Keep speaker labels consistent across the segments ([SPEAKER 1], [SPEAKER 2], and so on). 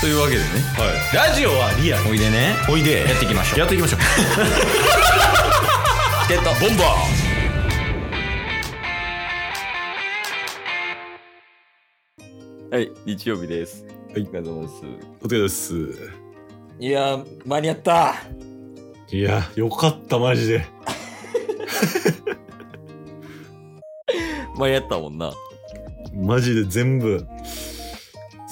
[SPEAKER 1] というわけでね
[SPEAKER 2] ラジオはリアル
[SPEAKER 1] おいでね
[SPEAKER 2] おいで
[SPEAKER 1] やっていきましょう
[SPEAKER 2] やっていきましょう
[SPEAKER 1] チケットボンバーはい、日曜日です。はい、お疲れ様です。
[SPEAKER 2] お疲れ様です
[SPEAKER 1] いやー、間に合った
[SPEAKER 2] いやよかったマジで
[SPEAKER 1] 間に合ったもんな。
[SPEAKER 2] マジで全部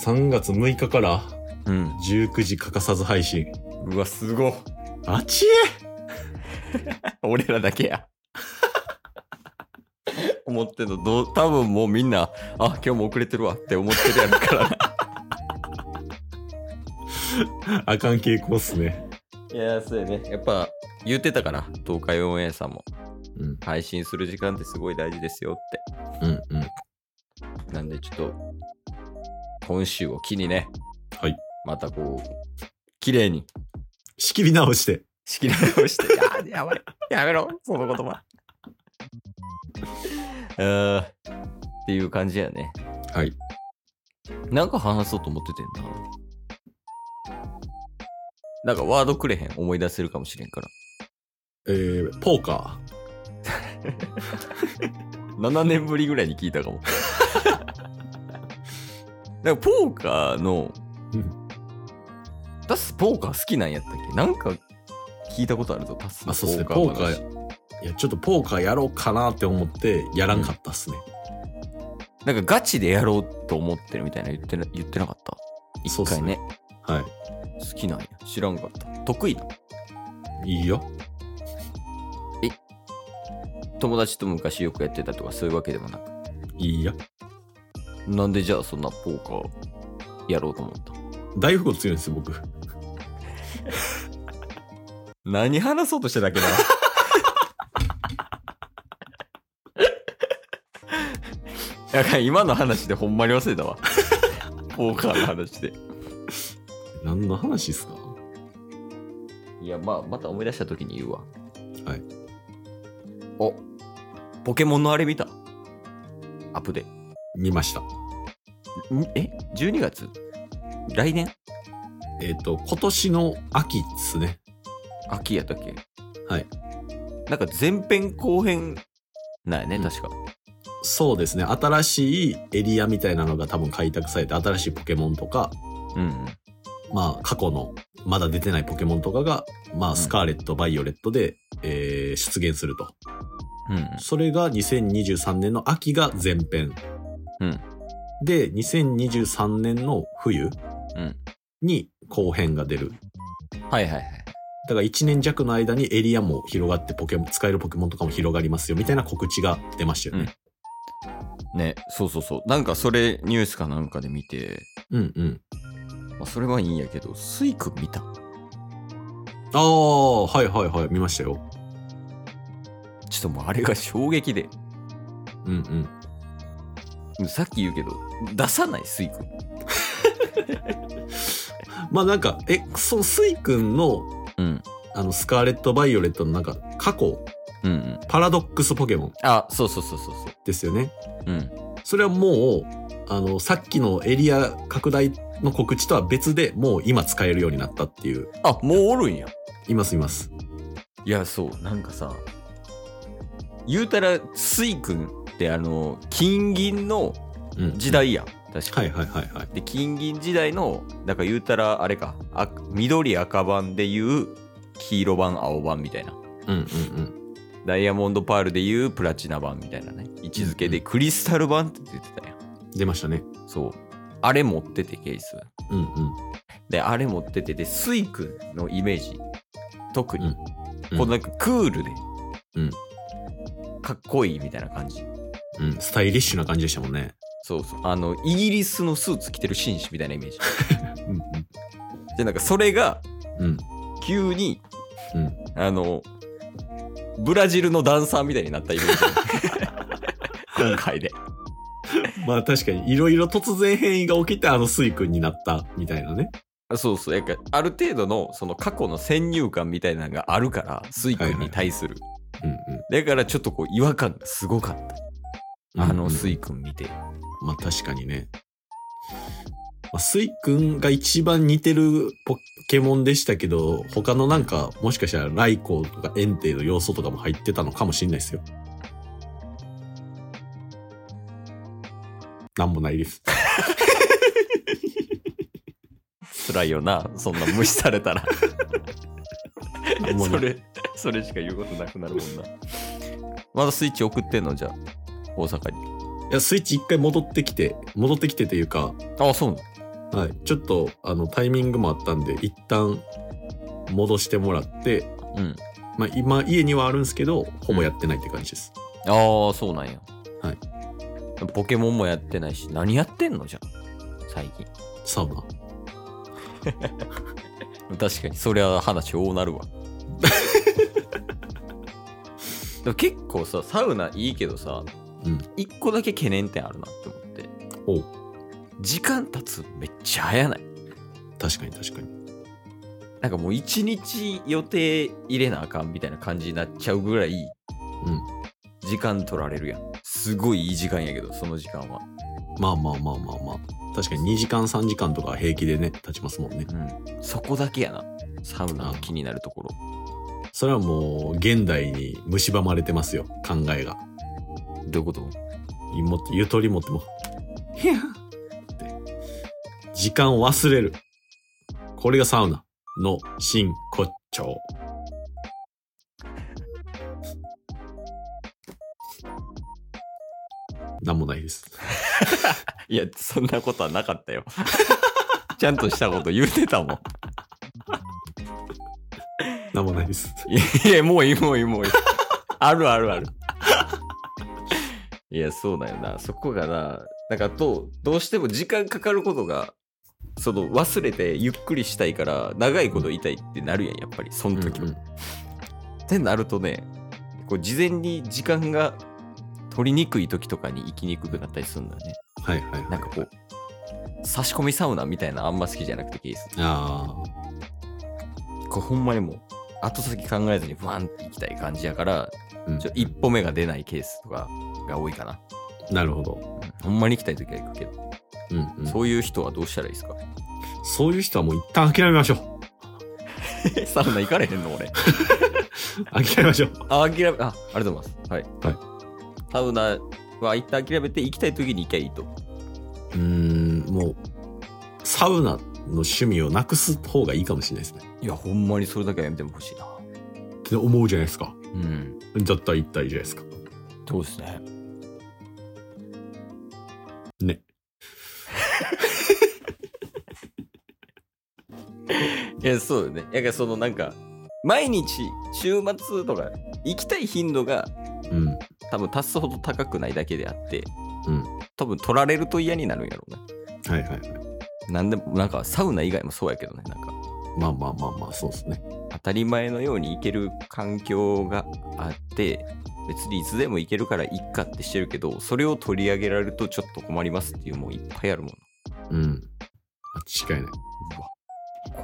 [SPEAKER 2] 3月6日から
[SPEAKER 1] うん。
[SPEAKER 2] 19時欠かさず配信
[SPEAKER 1] うわ、すごっ。
[SPEAKER 2] あち
[SPEAKER 1] 俺らだけや。 思ってんの、どう、多分もうみんな、あ、今日も遅れてるわって思ってるやろから。
[SPEAKER 2] えあかん傾向っすね
[SPEAKER 1] いやそうやね。やっぱ、言ってたから、東海オンエアさんも、
[SPEAKER 2] うん
[SPEAKER 1] 配信する時間ってすごい大事ですよっ
[SPEAKER 2] うんうん
[SPEAKER 1] て。なんで、ちょっと、今週を機にね、
[SPEAKER 2] はい
[SPEAKER 1] またこう、綺麗に
[SPEAKER 2] 仕切り直して
[SPEAKER 1] 仕切り直して、あー やばい、やめろ、その言 葉。うんっていう感じやね。
[SPEAKER 2] はい
[SPEAKER 1] なんか話そうと思っててんな。なんかワードくれへん、思い出せるかもしれんから。
[SPEAKER 2] えー、ポーカ
[SPEAKER 1] 7年ぶりぐらいに聞いたか も。なんかポーカーの
[SPEAKER 2] うん、
[SPEAKER 1] タスポーカー好きなんやったっけなんか聞いたことあるぞ、タス
[SPEAKER 2] ーあそうっすね
[SPEAKER 1] の
[SPEAKER 2] ポーカ
[SPEAKER 1] 話
[SPEAKER 2] ーいやちょっとポーカーやろうかなって思ってやらんかったっすね、
[SPEAKER 1] なんかガチでやろうと思ってるみたいな言ってな言ってなかった。一
[SPEAKER 2] そうっす
[SPEAKER 1] 回ね
[SPEAKER 2] ねはい
[SPEAKER 1] 好きなんや。知らんかった。得意な。
[SPEAKER 2] いいよ
[SPEAKER 1] 友達と昔よくやってたとかそういうわけでもなく。
[SPEAKER 2] いいよ
[SPEAKER 1] なんでじゃあそんなポーカーやろうと思った
[SPEAKER 2] 大富豪強いんですよ僕
[SPEAKER 1] 何話そうとしてたっ けなやかん今の話でほんまに忘れた わ。ポーカーの話で。
[SPEAKER 2] 何の話っすか
[SPEAKER 1] いや、まあ、また思い出した時に言うわ。
[SPEAKER 2] はい。
[SPEAKER 1] お、ポケモンのあれ見たアップで。
[SPEAKER 2] 見ました
[SPEAKER 1] んえ ?12 月来年
[SPEAKER 2] えっ、と今年の秋っすね
[SPEAKER 1] 秋やったっけ
[SPEAKER 2] はい。
[SPEAKER 1] なんか前編後編なんやね、確か。
[SPEAKER 2] そうですね新しいエリアみたいなのが多分開拓されて新しいポケモンとか
[SPEAKER 1] うんうん。
[SPEAKER 2] まあ過去のまだ出てないポケモンとかがま
[SPEAKER 1] うん
[SPEAKER 2] あスカーレット、バイオレットで、えー出現すると
[SPEAKER 1] うん
[SPEAKER 2] それが2023年の秋が前編、
[SPEAKER 1] うん
[SPEAKER 2] で2023年の冬
[SPEAKER 1] うん。
[SPEAKER 2] に後編が出る
[SPEAKER 1] うん。はいはいはい。
[SPEAKER 2] だから1年弱の間にエリアも広がってポケモン使えるポケモンとかも広がりますよみたいな告知が出ましたよね、
[SPEAKER 1] ね、そうそうそう。なんかそれニュースかなんかで見て、
[SPEAKER 2] うん、うん
[SPEAKER 1] まあ、それはいいんやけど、スイくん見た
[SPEAKER 2] ああはいはいはい見ましたよ
[SPEAKER 1] ちょっともうあれが衝撃で。
[SPEAKER 2] うんうん
[SPEAKER 1] さっき言うけど、出さないスイくん。
[SPEAKER 2] まあなんか、え、そのスイ君の、
[SPEAKER 1] うん。
[SPEAKER 2] あの、スカーレット・バイオレットのなんか、過去、
[SPEAKER 1] うんうん。
[SPEAKER 2] パラドックスポケモン
[SPEAKER 1] あ、そうそうそうそうそ
[SPEAKER 2] ですよね。
[SPEAKER 1] う。うん。
[SPEAKER 2] それはもう、あの、さっきのエリア拡大の告知とは別でもう今使えるようになったっていう。
[SPEAKER 1] あ、もうおるんや。
[SPEAKER 2] いますいます。
[SPEAKER 1] いや、そう。なんかさ、言うたら、スイくんってあの、金銀の
[SPEAKER 2] うん。
[SPEAKER 1] 時。代やん。確か
[SPEAKER 2] は
[SPEAKER 1] に。
[SPEAKER 2] いはいはいはい。
[SPEAKER 1] で金銀時代のなんか言うたらあれかあ緑赤版でいう黄色版青版みたいな
[SPEAKER 2] うんうんうん。
[SPEAKER 1] ダイヤモンドパールでいうプラチナ版みたいなね位置づけでクリスタル版って出てたやん、
[SPEAKER 2] 出ましたね。
[SPEAKER 1] そうあれ持っててケース
[SPEAKER 2] うんうん。
[SPEAKER 1] であれ持っててでスイ君のイメージ特に、
[SPEAKER 2] うんうん
[SPEAKER 1] このなんかクールで、
[SPEAKER 2] うん
[SPEAKER 1] かっこいいみたいな感じ
[SPEAKER 2] うん。スタイリッシュな感じでしたもんね。
[SPEAKER 1] そうそうあのイギリスのスーツ着てる紳士みたいなイメージ
[SPEAKER 2] うん
[SPEAKER 1] でなんかそれが
[SPEAKER 2] うん。 うん。
[SPEAKER 1] 急に
[SPEAKER 2] うん。
[SPEAKER 1] あの、ブラジルのダンサーみたいになったイメージ。今回で。
[SPEAKER 2] まあ確かに、いろいろ突然変異が起きて、あのスイ君になった、みたいなね。
[SPEAKER 1] そうそう。やっぱある程度の、その過去の先入観みたいなのがあるから、スイ君に対する。
[SPEAKER 2] うんうん。
[SPEAKER 1] だからちょっとこう、違和感がすごかった。あのスイ君見て。
[SPEAKER 2] まあ確かにね。まあ、スイくんが一番似てるポケモンでしたけど、他のなんか、もしかしたらライコウとかエンテイの要素とかも入ってたのかもしれないですよ。なんもな いです。
[SPEAKER 1] 辛いよな、そんな無視され たら。
[SPEAKER 2] なんも
[SPEAKER 1] そ
[SPEAKER 2] ない。
[SPEAKER 1] れ、それしか言うことなくなるもんな。まだスイッチ送ってんのじゃあ、大阪に。
[SPEAKER 2] いや、スイッチ一回戻ってきて、戻ってきてというか、
[SPEAKER 1] ああ、そうなの
[SPEAKER 2] はい、ちょっと、あの、タイミングもあったんで、一旦、戻してもらって、
[SPEAKER 1] うん。
[SPEAKER 2] まあ、今、家にはあるんですけど、ほぼやってないって感じです。
[SPEAKER 1] ああ、そうなんや。
[SPEAKER 2] はい。
[SPEAKER 1] ポケモンもやってないし、何やってんのじゃあ、最近。
[SPEAKER 2] サウナ。
[SPEAKER 1] 確かに、そりゃ話大 なるわ。でも結構さ、サウナいいけどさ、
[SPEAKER 2] うん
[SPEAKER 1] 一個だけ懸念点あるなって思って。
[SPEAKER 2] おう
[SPEAKER 1] 時間経つめっちゃ早ない。
[SPEAKER 2] 確かに確かに。
[SPEAKER 1] なんかもう一日予定入れなあかんみたいな感じになっちゃうぐらい、
[SPEAKER 2] うん
[SPEAKER 1] 時間取られるやん。すごいいい時間やけど、その時間は。
[SPEAKER 2] まあまあまあまあまあ。確かに2時間3時間とか平気でね、経ちますもんね。
[SPEAKER 1] うん。そこだけやな。サウナの気になるところ。
[SPEAKER 2] それはもう、現代に蝕まれてますよ、考えが。
[SPEAKER 1] どういうこと
[SPEAKER 2] もってゆとり持っても、ひゃーって。時間を忘れる。これがサウナの真骨頂。なんもないです。
[SPEAKER 1] いや、そんなことはなかったよ。 ちゃんとしたこと言うてたもん。
[SPEAKER 2] なんもないです。
[SPEAKER 1] いや、もういい、もういい、もういい。あるあるある。いや、そうだよな。そこがな、なんかと、どうしても時間かかることが、その忘れてゆっくりしたいから、長いこといたいってなるやん、やっぱり、その時も。
[SPEAKER 2] うんうん
[SPEAKER 1] ってなるとね、こう事前に時間が取りにくい時とかに行きにくくなったりするんだね。
[SPEAKER 2] はいはいはい。
[SPEAKER 1] なんかこう、差し込みサウナみたいなあんま好きじゃなくてケース。
[SPEAKER 2] あ
[SPEAKER 1] これほんまにもう、後先考えずにフワンって行きたい感じやから、
[SPEAKER 2] あ、うん
[SPEAKER 1] ちょ一歩目が出ないケースとかが多いかな。
[SPEAKER 2] なるほど。
[SPEAKER 1] ほんまに行きたい時は行くけど、
[SPEAKER 2] うんうん、
[SPEAKER 1] そういう人はどうしたらいい ですか
[SPEAKER 2] そういう人はもう一旦諦めましょ
[SPEAKER 1] サウナ行かれへんの俺。
[SPEAKER 2] う。諦めましょう。
[SPEAKER 1] あ、諦め、あ、ありがとうございます。はい。
[SPEAKER 2] はい
[SPEAKER 1] サウナは一旦諦めて行きたい時に行きゃいいと。
[SPEAKER 2] うーん、もう、サウナの趣味をなくす方がいいかもしれないですね。
[SPEAKER 1] いや、ほんまにそれだけはやめてほしいな。
[SPEAKER 2] って思うじゃないですか。
[SPEAKER 1] うん。
[SPEAKER 2] だったら一体じゃないですか。
[SPEAKER 1] そうですね。
[SPEAKER 2] ね。
[SPEAKER 1] いや、そうよね。やからそのなんか、毎日、週末とか、行きたい頻度が
[SPEAKER 2] うん。
[SPEAKER 1] 多分足すほど高くないだけであって、
[SPEAKER 2] うん
[SPEAKER 1] 多分取られると嫌になるんやろうね。
[SPEAKER 2] はいはいはい。
[SPEAKER 1] なんでも、なんかサウナ以外もそうやけどね、なんか、
[SPEAKER 2] まあまあまあまあ、そうですね。
[SPEAKER 1] 当たり前のように行ける環境があって、別にいつでも行けるから行っかってしてるけど、それを取り上げられるとちょっと困りますっていうもういっぱいあるもんな。
[SPEAKER 2] うん。間違いな
[SPEAKER 1] う
[SPEAKER 2] い。
[SPEAKER 1] わ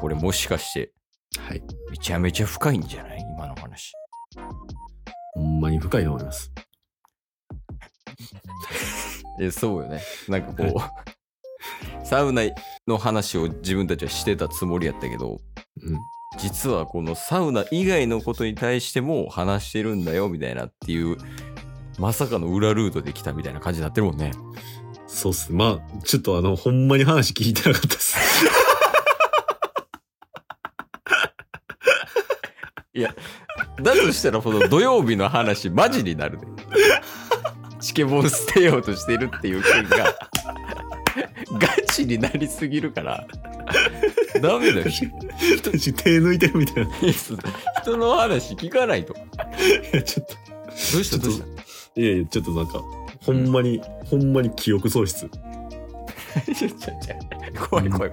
[SPEAKER 1] これもしかして、
[SPEAKER 2] はい。
[SPEAKER 1] めちゃめちゃ深いんじゃない今の話。
[SPEAKER 2] ほんまに深いと思います。
[SPEAKER 1] え、そうよね。なんかこう、 サウナの話を自分たちはしてたつもりやったけど、
[SPEAKER 2] うん。
[SPEAKER 1] 実はこのサウナ以外のことに対しても話してるんだよみたいなっていうまさかの裏ルートで来たみたいな感じになってるもんね
[SPEAKER 2] そうっすね。まあ、ちょっとあの、ほんまに話聞いてなかったっす。
[SPEAKER 1] だとしたらこの土曜日の話マジになるでチケボン捨てようとしてるっていう件がガチになりすぎるからダメだよ
[SPEAKER 2] 確かに手抜いてるみたいな。
[SPEAKER 1] 人の話聞かないとど
[SPEAKER 2] いや、ちょっと。
[SPEAKER 1] うしたどうした
[SPEAKER 2] いやいや、ちょっとなんか、ほんまに、ほんまに記憶喪
[SPEAKER 1] ち
[SPEAKER 2] 失。
[SPEAKER 1] ょちょちょ怖い怖い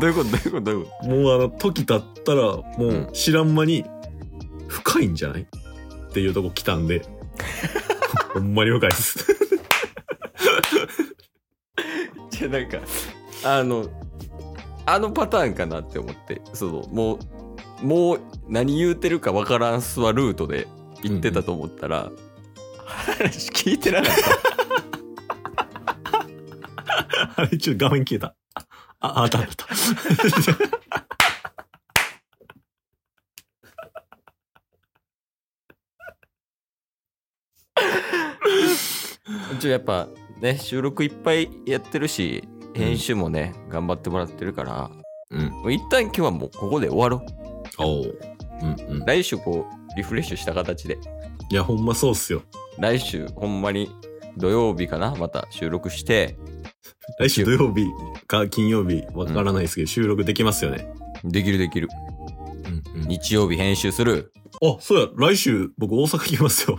[SPEAKER 1] どういうことどういうことどういうこ
[SPEAKER 2] もうあの、時経ったら、もう知らん間に、深いんじゃないっていうとこ来たん で、ほんまに深いです。
[SPEAKER 1] とじゃなんかあのあのパターンかなって思ってそのもうもう何言うてるかわからんすわルートで行ってたと思ったら、話聞いてなかった
[SPEAKER 2] あれ、ちょっと画面消えた。あ、あったあった。
[SPEAKER 1] ちょやっぱね収録いっぱいやってるし編集もね、頑張ってもらってるから、うん、一旦今日はもうここで終わろう
[SPEAKER 2] おお。うんうん。
[SPEAKER 1] 来週こうリフレッシュした形で
[SPEAKER 2] いや、ほんまそうっすよ。
[SPEAKER 1] 来週ほんまに土曜日かなまた収録して
[SPEAKER 2] 来週土曜日か金曜日わからないですけど、収録できますよね。
[SPEAKER 1] できるできる
[SPEAKER 2] うんうん。
[SPEAKER 1] 日曜日編集する
[SPEAKER 2] あ、そうや。来週僕大阪行きますよ。